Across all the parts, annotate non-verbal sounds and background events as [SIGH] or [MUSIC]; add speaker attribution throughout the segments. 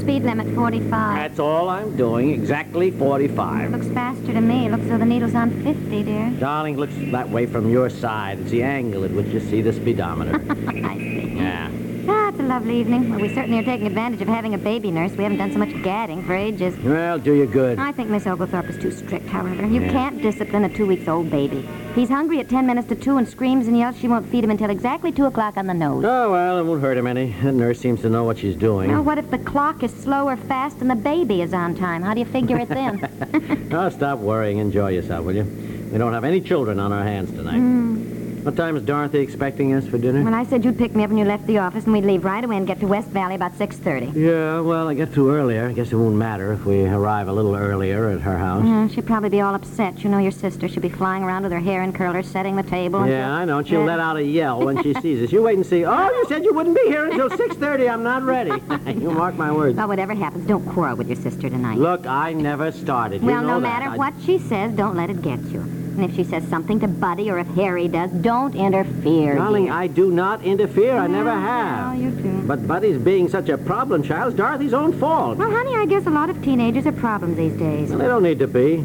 Speaker 1: Speed limit 45.
Speaker 2: That's all I'm doing, exactly 45.
Speaker 1: Looks faster to me. Looks though the needle's on 50, dear.
Speaker 2: Darling, looks that way from your side. It's the angle at which you see the speedometer.
Speaker 1: [LAUGHS] I see.
Speaker 2: yeah.
Speaker 1: Ah, it's a lovely evening. Well, we certainly are taking advantage of having a baby nurse. We haven't done so much gadding for ages.
Speaker 2: Well, do you good.
Speaker 1: I think Miss Oglethorpe is too strict, however. You can't discipline a two weeks old baby. He's hungry at 10 minutes to 2 and screams and yells she won't feed him until exactly 2 o'clock on the nose.
Speaker 2: Oh, well, it won't hurt him any. That nurse seems to know what she's doing.
Speaker 1: Now, what if the clock is slow or fast and the baby is on time? How do you figure it then?
Speaker 2: Oh, stop worrying. Enjoy yourself, will you? We don't have any children on our hands tonight.
Speaker 1: Hmm.
Speaker 2: What time is Dorothy expecting us for dinner?
Speaker 1: well, I said you'd pick me up when you left the office, and we'd leave right away and get to West Valley about 6.30.
Speaker 2: Yeah, well, I get through earlier. I guess it won't matter if we arrive a little earlier at her house.
Speaker 1: Yeah, Uh, she'd probably be all upset. You know, your sister. She'll be flying around with her hair in curlers, setting the table. and
Speaker 2: Yeah,
Speaker 1: she'll-
Speaker 2: I know. She'll
Speaker 1: Yeah.
Speaker 2: let out a yell when she sees us. You wait and see. Oh, you said you wouldn't be here until 6.30. I'm not ready. [LAUGHS] you mark my words.
Speaker 1: Well, whatever happens, don't quarrel with your sister tonight.
Speaker 2: Look, I never started.
Speaker 1: well,
Speaker 2: you know
Speaker 1: no
Speaker 2: that.
Speaker 1: matter
Speaker 2: I-
Speaker 1: what she says, don't let it get you. And if she says something to Buddy or if Harry does, don't interfere.
Speaker 2: Darling,
Speaker 1: dear.
Speaker 2: I do not interfere. I never have.
Speaker 1: No, you do.
Speaker 2: But Buddy's being such a problem child is Dorothy's own fault.
Speaker 1: Well, honey, I guess a lot of teenagers are problems these days.
Speaker 2: Well, they don't need to be.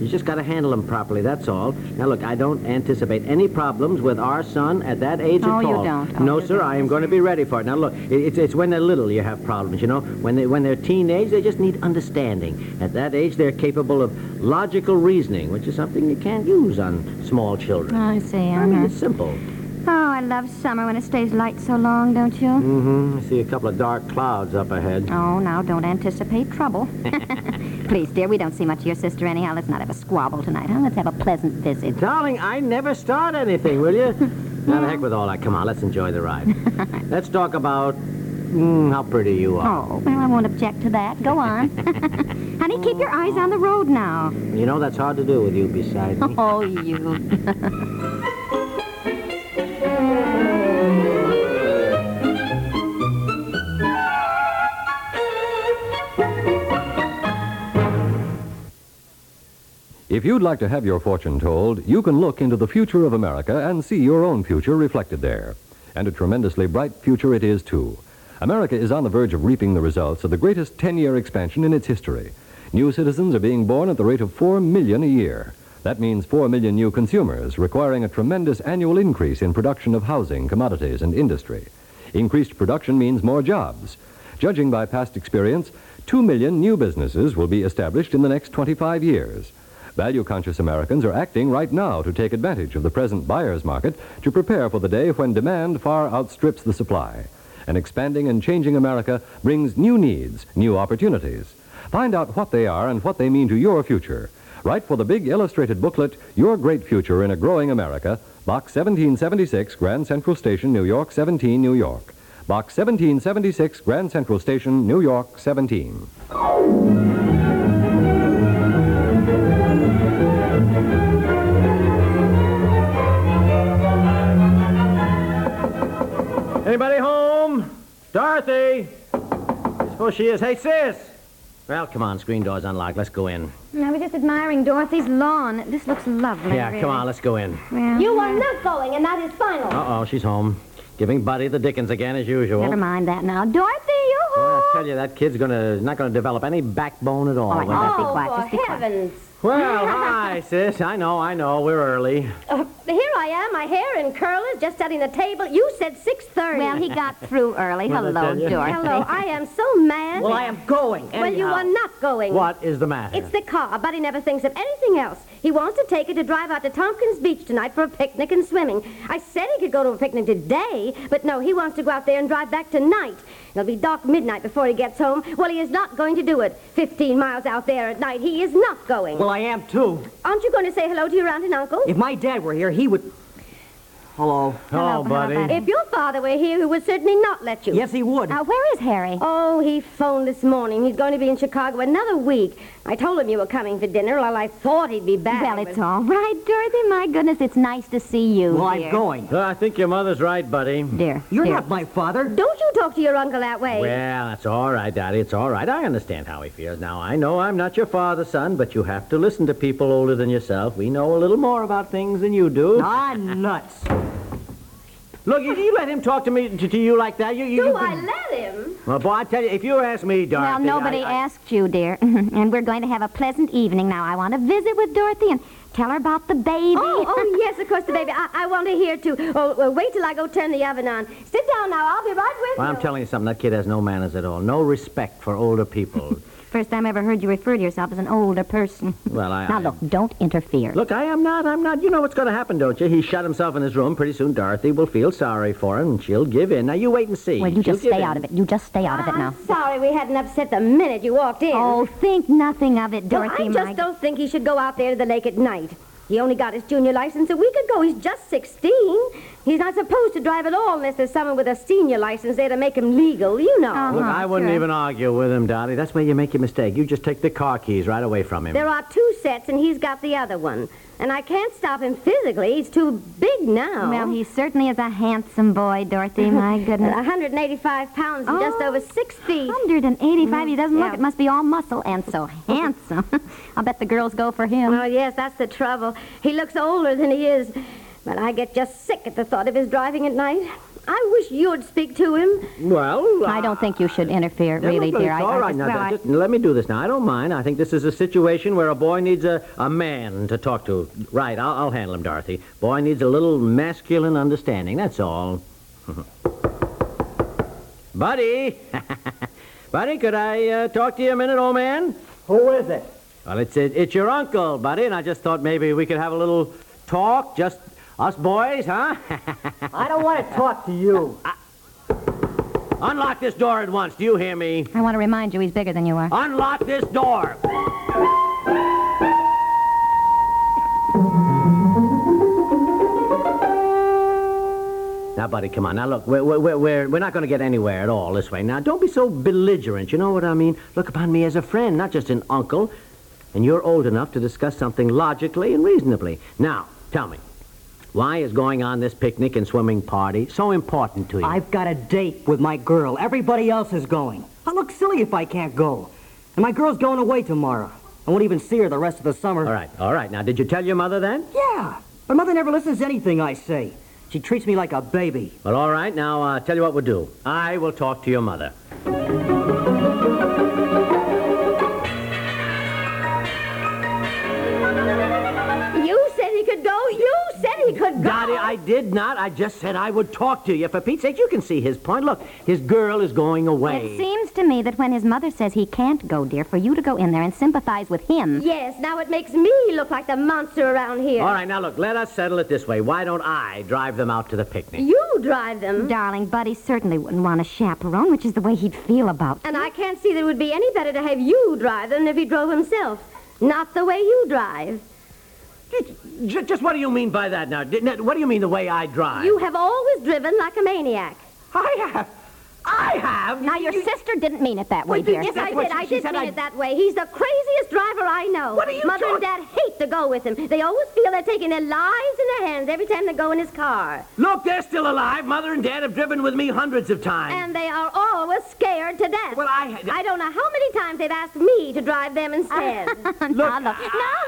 Speaker 2: You just got to handle them properly, that's all. Now, look, I don't anticipate any problems with our son at that age
Speaker 1: Oh,
Speaker 2: at
Speaker 1: you
Speaker 2: all.
Speaker 1: don't. Oh,
Speaker 2: No,
Speaker 1: you
Speaker 2: sir,
Speaker 1: don't.
Speaker 2: I am going to be ready for it. Now, look, it- it's, it's when they're little you have problems, you know. When, they, when they're teenage, they just need understanding. At that age, they're capable of logical reasoning, which is something you can't use on small children.
Speaker 1: I see.
Speaker 2: I mean, it's simple.
Speaker 1: Oh, I love summer when it stays light so long, don't you?
Speaker 2: Mm-hmm. I see a couple of dark clouds up ahead.
Speaker 1: Oh, now don't anticipate
Speaker 2: [LAUGHS]
Speaker 1: trouble. Please, dear, we don't see much of your sister anyhow. Let's not have a squabble tonight, huh? Let's have a pleasant visit.
Speaker 2: Darling, I never start anything, will [LAUGHS] you? now, the heck with all that. Come on, let's enjoy the [LAUGHS] ride. let's talk about mm, how pretty you are.
Speaker 1: Oh, well, I won't object to that. Go on. [LAUGHS] Honey, keep your eyes on the road now.
Speaker 2: You know, that's hard to do with you beside me.
Speaker 1: Oh, you.
Speaker 3: If you'd like to have your fortune told, you can look into the future of America and see your own future reflected there. And a tremendously bright future it is, too. America is on the verge of reaping the results of the greatest 10 year expansion in its history. New citizens are being born at the rate of 4 million a year. That means 4 million new consumers, requiring a tremendous annual increase in production of housing, commodities, and industry. Increased production means more jobs. Judging by past experience, 2 million new businesses will be established in the next 25 years. Value conscious Americans are acting right now to take advantage of the present buyer's market to prepare for the day when demand far outstrips the supply. An expanding and changing America brings new needs, new opportunities. Find out what they are and what they mean to your future. Write for the big illustrated booklet, Your Great Future in a Growing America, Box 1776, Grand Central Station, New York 17, New York. Box 1776, Grand Central Station, New York 17.
Speaker 2: [LAUGHS] Anybody home? Dorothy! Oh, she is. Hey, sis! Well, come on, screen door's unlocked. Let's go in.
Speaker 1: I was just admiring Dorothy's lawn. This looks lovely.
Speaker 2: Yeah, come on, let's go in.
Speaker 1: You
Speaker 4: are not going, and that is final.
Speaker 2: Uh-oh, she's home. Giving Buddy the Dickens again, as usual.
Speaker 1: Never mind that now. Dorothy, you
Speaker 2: Well, I tell you, that kid's gonna not gonna develop any backbone at all.
Speaker 1: All right,
Speaker 2: when that-
Speaker 1: Be quiet, just be
Speaker 4: Oh, for
Speaker 1: quiet.
Speaker 4: heavens.
Speaker 2: Well, hi, sis. I know, I know. We're early.
Speaker 4: Uh, here I am, my hair in curlers, just setting the table. You said 6.30.
Speaker 1: Well, he got through early.
Speaker 2: Well, I
Speaker 1: Hello,
Speaker 2: tell you.
Speaker 1: Dorothy.
Speaker 4: Hello, I am so mad.
Speaker 5: Well, I am going. Anyhow.
Speaker 4: Well, you are not going.
Speaker 2: What is the matter?
Speaker 4: It's the car. Buddy never thinks of anything else. He wants to take it to drive out to Tompkins Beach tonight for a picnic and swimming. I said he could go to a picnic today, but no, he wants to go out there and drive back tonight. It'll be dark midnight before he gets home. Well, he is not going to do it. Fifteen miles out there at night. He is not going.
Speaker 5: Well, I am too.
Speaker 4: Aren't you going to say hello to your aunt and uncle?
Speaker 5: If my dad were here, he would. Hello.
Speaker 1: Hello, buddy.
Speaker 4: If your father were here, he would certainly not let you.
Speaker 5: Yes, he would.
Speaker 1: Now, where is Harry?
Speaker 4: Oh, he phoned this morning. He's going to be in Chicago another week. I told him you were coming for dinner. Well, I thought he'd be back.
Speaker 1: well,
Speaker 4: but-
Speaker 1: it's all right, Dorothy. My goodness, it's nice to see you.
Speaker 5: well,
Speaker 1: dear.
Speaker 5: I'm going.
Speaker 2: Well, I think your mother's right, buddy.
Speaker 1: Dear,
Speaker 5: You're
Speaker 1: dear.
Speaker 5: not my father.
Speaker 4: Don't you talk to your uncle that way.
Speaker 2: Well, it's all right, Daddy. It's all right. I understand how he feels. Now, I know I'm not your father, son, but you have to listen to people older than yourself. We know a little more about things than you do.
Speaker 5: Ah, nuts.
Speaker 2: Look, if you let him talk to me to, to you like that, you you.
Speaker 4: Do
Speaker 2: you
Speaker 4: Oh, I
Speaker 2: could-
Speaker 4: let him?
Speaker 2: Well, boy, I tell you, if you ask me,
Speaker 1: Well,
Speaker 2: Dorothy.
Speaker 1: nobody
Speaker 2: I, I,
Speaker 1: asked you, dear. [LAUGHS] and we're going to have a pleasant evening now. I want to visit with Dorothy and tell her about the baby.
Speaker 4: Oh, oh [LAUGHS] yes, of course, the baby. I, I want to hear too. Oh, well, wait till I go turn the oven on. Sit down now. I'll be right with
Speaker 2: Well,
Speaker 4: you.
Speaker 2: I'm telling you something. That kid has no manners at all. No respect for older people.
Speaker 1: First time I ever heard you refer to yourself as an older person.
Speaker 2: Well, I-
Speaker 1: Now,
Speaker 2: I-
Speaker 1: look, don't interfere.
Speaker 2: Look, I am not. I'm not. You know what's going to happen, don't you? He shut himself in his room. Pretty soon, Dorothy will feel sorry for him, and she'll give in. Now, you wait and see.
Speaker 1: well, you
Speaker 2: She'll
Speaker 1: just
Speaker 2: give
Speaker 1: stay
Speaker 2: in.
Speaker 1: out of it. You just stay out of it now.
Speaker 4: I'm sorry we hadn't upset the minute you walked in.
Speaker 1: Oh, think nothing of it,
Speaker 4: Well,
Speaker 1: Dorothy.
Speaker 4: I
Speaker 1: my-
Speaker 4: just don't think he should go out there to the lake at night. He only got his junior license a week ago. He's just 16. He's not supposed to drive at all unless there's someone with a senior license there to make him legal, you know.
Speaker 1: Uh-huh.
Speaker 2: Look, I wouldn't
Speaker 1: sure.
Speaker 2: even argue with him, Dottie. That's where you make your mistake. You just take the car keys right away from him.
Speaker 4: There are two sets, and he's got the other one. And I can't stop him physically. He's too big now.
Speaker 1: Well, he certainly is a handsome boy, Dorothy.
Speaker 4: [LAUGHS]
Speaker 1: My goodness.
Speaker 4: 185 pounds and just
Speaker 1: Oh.
Speaker 4: over six feet.
Speaker 1: 185. He doesn't look.
Speaker 4: Mm, yeah.
Speaker 1: It must be all muscle and
Speaker 4: [LAUGHS]
Speaker 1: so handsome. [LAUGHS] I'll bet the girls go for him.
Speaker 4: Oh, yes, that's the trouble. He looks older than he is. But I get just sick at the thought of his driving at night. I wish you'd speak to him.
Speaker 2: Well,
Speaker 1: I don't think you should interfere,
Speaker 2: Yeah,
Speaker 1: really,
Speaker 2: look,
Speaker 1: dear.
Speaker 2: It's
Speaker 1: I,
Speaker 2: all
Speaker 1: I
Speaker 2: right.
Speaker 1: just-
Speaker 2: now,
Speaker 1: well, I-
Speaker 2: just let me do this now. I don't mind. I think this is a situation where a boy needs a, a man to talk to. Right, I'll, I'll handle him, Dorothy. Boy needs a little masculine understanding, that's all. [LAUGHS] Buddy! [LAUGHS] buddy, could I uh, talk to you a minute, old man?
Speaker 5: Who is it?
Speaker 2: Well, it's, it, it's your uncle, buddy, and I just thought maybe we could have a little talk, just us boys, huh? [LAUGHS]
Speaker 5: I don't want to talk to you.
Speaker 2: Unlock this door at once. Do you hear me?
Speaker 1: I want to remind you he's bigger than you are.
Speaker 2: Unlock this door! Now, buddy, come on. Now, look, we're, we're, we're- we're, we're not going to get anywhere at all this way. Now, don't be so belligerent. You know what I mean? Look upon me as a friend, not just an uncle. And you're old enough to discuss something logically and reasonably. Now, tell me, why is going on this picnic and swimming party so important to you?
Speaker 5: I've got a date with my girl. Everybody else is going. I look silly if I can't go. And my girl's going away tomorrow. I won't even see her the rest of the summer.
Speaker 2: All right, all right. Now, did you tell your mother that?
Speaker 5: Yeah. But mother never listens to anything I say. She treats me like a baby.
Speaker 2: Well, all right. Now, uh, tell you what we'll do. I will talk to your mother.
Speaker 4: You said he could go. You said he could go.
Speaker 2: Dottie, I did not. I just said I would talk to you. For Pete's sake, you can see his point. Look, his girl is going away.
Speaker 1: It seems to me that when his mother says he can't go, dear, for you to go in there and sympathize with him.
Speaker 4: Yes, now it makes me look like the monster around here.
Speaker 2: All right, now look, let us settle it this way. Why don't I drive them out to the picnic?
Speaker 4: You drive them.
Speaker 1: Darling, Buddy certainly wouldn't want a chaperone, which is the way he'd feel about.
Speaker 4: And I can't see that it would be any better to have you drive them than if he drove himself. Not the way you drive.
Speaker 2: Just, just what do you mean by that now? Didn't it- What do you mean the way I drive?
Speaker 4: You have always driven like a maniac.
Speaker 2: I have. I have.
Speaker 1: Now, your sister didn't mean it that way,
Speaker 2: Well, you-
Speaker 1: dear.
Speaker 2: yes,
Speaker 4: Yes, I
Speaker 2: That's what
Speaker 4: did. I
Speaker 2: she
Speaker 4: did
Speaker 2: said
Speaker 4: mean
Speaker 2: I-
Speaker 4: it that way. He's the craziest driver I know.
Speaker 2: What are you
Speaker 4: Mother and Dad hate to go with him. They always feel they're taking their lives in their hands every time they go in his car.
Speaker 2: Look, they're still alive. Mother and Dad have driven with me hundreds of times.
Speaker 4: And they are always scared to death.
Speaker 2: Well, I-
Speaker 4: I don't know how many times they've asked me to drive them
Speaker 2: [LAUGHS]
Speaker 4: instead.
Speaker 1: now, Ah, look, now,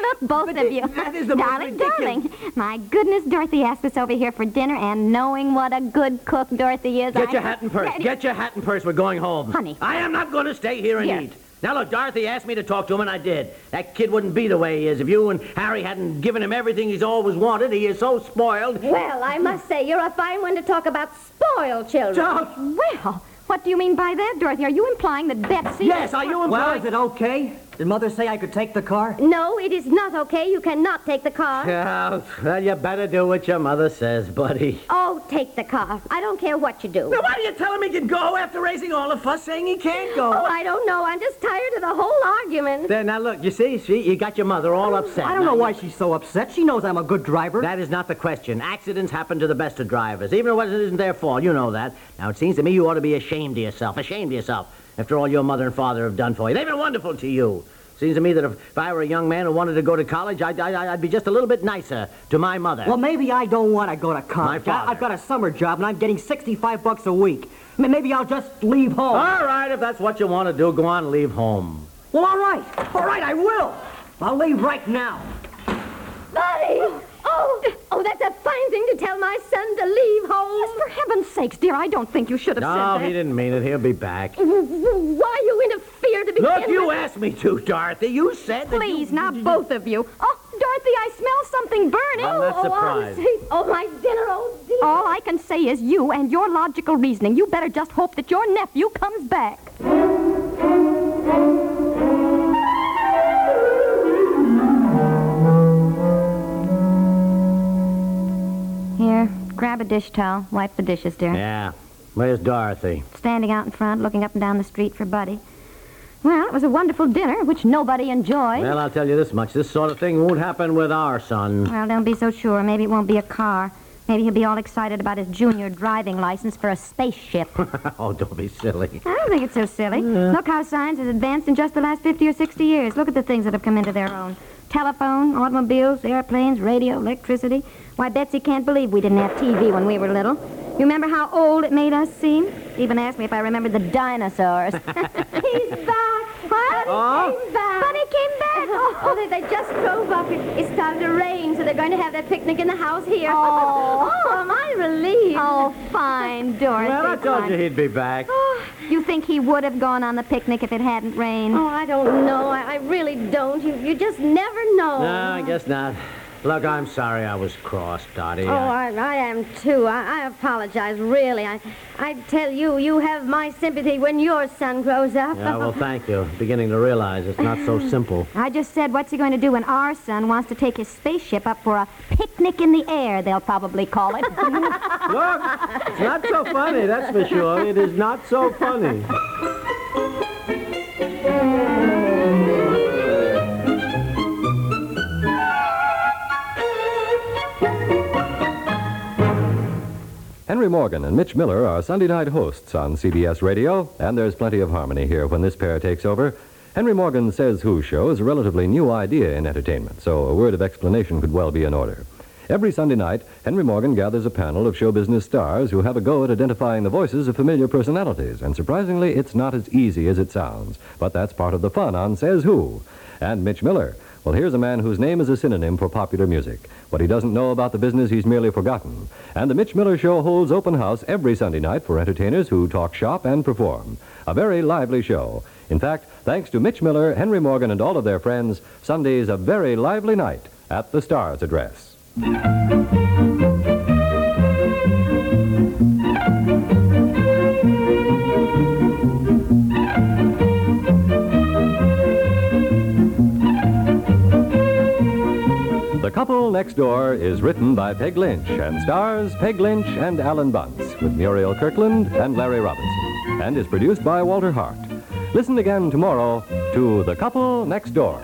Speaker 1: look, both
Speaker 2: But
Speaker 1: of
Speaker 2: the-
Speaker 1: you.
Speaker 2: that is the most
Speaker 1: darling,
Speaker 2: ridiculous-
Speaker 1: darling. My goodness, Dorothy asked us over here for dinner, and knowing what a good cook Dorothy is,
Speaker 2: Get
Speaker 1: I-
Speaker 2: your hat and purse.
Speaker 1: Ready-
Speaker 2: Get your hat and purse. We're going home.
Speaker 1: Honey.
Speaker 2: I am not going to stay here and
Speaker 1: Here.
Speaker 2: eat. Now, look, Dorothy asked me to talk to him, and I did. That kid wouldn't be the way he is if you and Harry hadn't given him everything he's always wanted. He is so spoiled.
Speaker 4: well, I must say, you're a fine one to talk about spoiled children.
Speaker 2: Don't-
Speaker 1: Well, what do you mean by that, Dorothy? Are you implying that Betsy?
Speaker 2: Yes, are you implying...
Speaker 5: Well, is it okay? Did Mother say I could take the car?
Speaker 4: No, it is not okay. You cannot take the car.
Speaker 2: Yeah, well, you better do what your mother says, buddy.
Speaker 4: Oh, take the car. I don't care what you do.
Speaker 6: Why do you tell him he can go after raising all of us saying he can't go?
Speaker 4: Oh, I don't know. I'm just tired of the whole argument.
Speaker 2: There, now look, you see, see, you got your mother all upset.
Speaker 5: I don't know
Speaker 2: Now,
Speaker 5: why she's so upset. She knows I'm a good driver.
Speaker 2: That is not the question. Accidents happen to the best of drivers, even when it isn't their fault. You know that. Now, it seems to me you ought to be ashamed of yourself. Ashamed of yourself. After all your mother and father have done for you, they've been wonderful to you. Seems to me that if, if I were a young man who wanted to go to college, I'd, I'd, I'd be just a little bit nicer to my mother.
Speaker 5: well, maybe I don't want to go to college. I-
Speaker 2: father.
Speaker 5: I've got a summer job and I'm getting 65 bucks a week. I mean, maybe I'll just leave home.
Speaker 2: all right, if that's what you want to do, go on and leave home.
Speaker 5: Well, all right. All right, I will. I'll leave right now.
Speaker 4: Buddy! Oh, oh, that's a fine thing to tell my son to leave home.
Speaker 1: For heaven's sakes, dear, I don't think you should have
Speaker 2: No,
Speaker 1: said
Speaker 2: Oh, he
Speaker 1: that.
Speaker 2: didn't mean it. He'll be back.
Speaker 4: Why you interfere to begin
Speaker 2: Look, you
Speaker 4: with?
Speaker 2: asked me to, Dorothy. You said that you-
Speaker 1: Please, now both of you. Oh, Dorothy, I smell something burning.
Speaker 2: I'm not
Speaker 4: oh,
Speaker 2: surprised.
Speaker 1: [LAUGHS]
Speaker 4: Oh, honestly. oh, my dinner, oh, dear.
Speaker 1: All I can say is you and your logical reasoning. You better just hope that your nephew comes back. Here, grab a dish towel. Wipe the dishes, dear.
Speaker 2: Yeah. Where's Dorothy?
Speaker 1: Standing out in front, looking up and down the street for Buddy. Well, it was a wonderful dinner, which nobody enjoyed.
Speaker 2: Well, I'll tell you this much. This sort of thing won't happen with our son. [LAUGHS]
Speaker 1: Well, don't be so sure. Maybe it won't be a car. Maybe he'll be all excited about his junior driving license for a [LAUGHS] spaceship.
Speaker 2: Oh, don't be silly.
Speaker 1: I don't think it's so silly. Look how science has advanced in just the last 50 or 60 years. Look at the things that have come into their own. Telephone, automobiles, airplanes, radio, electricity. Why, Betsy can't believe we didn't have TV when we were little. You remember how old it made us seem? She even asked me if I remembered the [LAUGHS] dinosaurs.
Speaker 4: He's back. What? Bunny came back. Bunny came back. Oh, [LAUGHS] oh, they, they just drove up. It, it started to rain, so they're going to have their picnic in the house here.
Speaker 1: Oh.
Speaker 4: [LAUGHS] oh am I relieved?
Speaker 1: oh, [LAUGHS] fine, Dorothy.
Speaker 2: Well, I
Speaker 1: come
Speaker 2: told
Speaker 1: on.
Speaker 2: you he'd be back.
Speaker 1: Oh. You think he would have gone on the picnic if it hadn't rained?
Speaker 4: Oh, I don't know. I, I really don't. You, you just never know.
Speaker 2: No, I guess not. Look, I'm sorry I was cross, Dottie.
Speaker 4: Oh, I, I am too. I, I apologize, really. I, I tell you, you have my sympathy when your son grows up.
Speaker 2: Yeah, well, thank you. Beginning to realize it's not so simple.
Speaker 1: I just said, what's he going to do when our son wants to take his spaceship up for a picnic in the air, they'll probably call it.
Speaker 2: Look, it's not so funny, that's for sure. It is not so funny.
Speaker 3: Henry Morgan and Mitch Miller are Sunday night hosts on CBS Radio, and there's plenty of harmony here when this pair takes over. Henry Morgan Says Who show is a relatively new idea in entertainment, so a word of explanation could well be in order. Every Sunday night, Henry Morgan gathers a panel of show business stars who have a go at identifying the voices of familiar personalities, and surprisingly, it's not as easy as it sounds. But that's part of the fun on Says Who. And Mitch Miller. Well, here's a man whose name is a synonym for popular music. What he doesn't know about the business, he's merely forgotten. And the Mitch Miller Show holds open house every Sunday night for entertainers who talk shop and perform. A very lively show. In fact, thanks to Mitch Miller, Henry Morgan, and all of their friends, Sunday's a very lively night at the Stars Address. The Couple Next Door is written by Peg Lynch and stars Peg Lynch and Alan Bunce with Muriel Kirkland and Larry Robinson and is produced by Walter Hart. Listen again tomorrow to The Couple Next Door.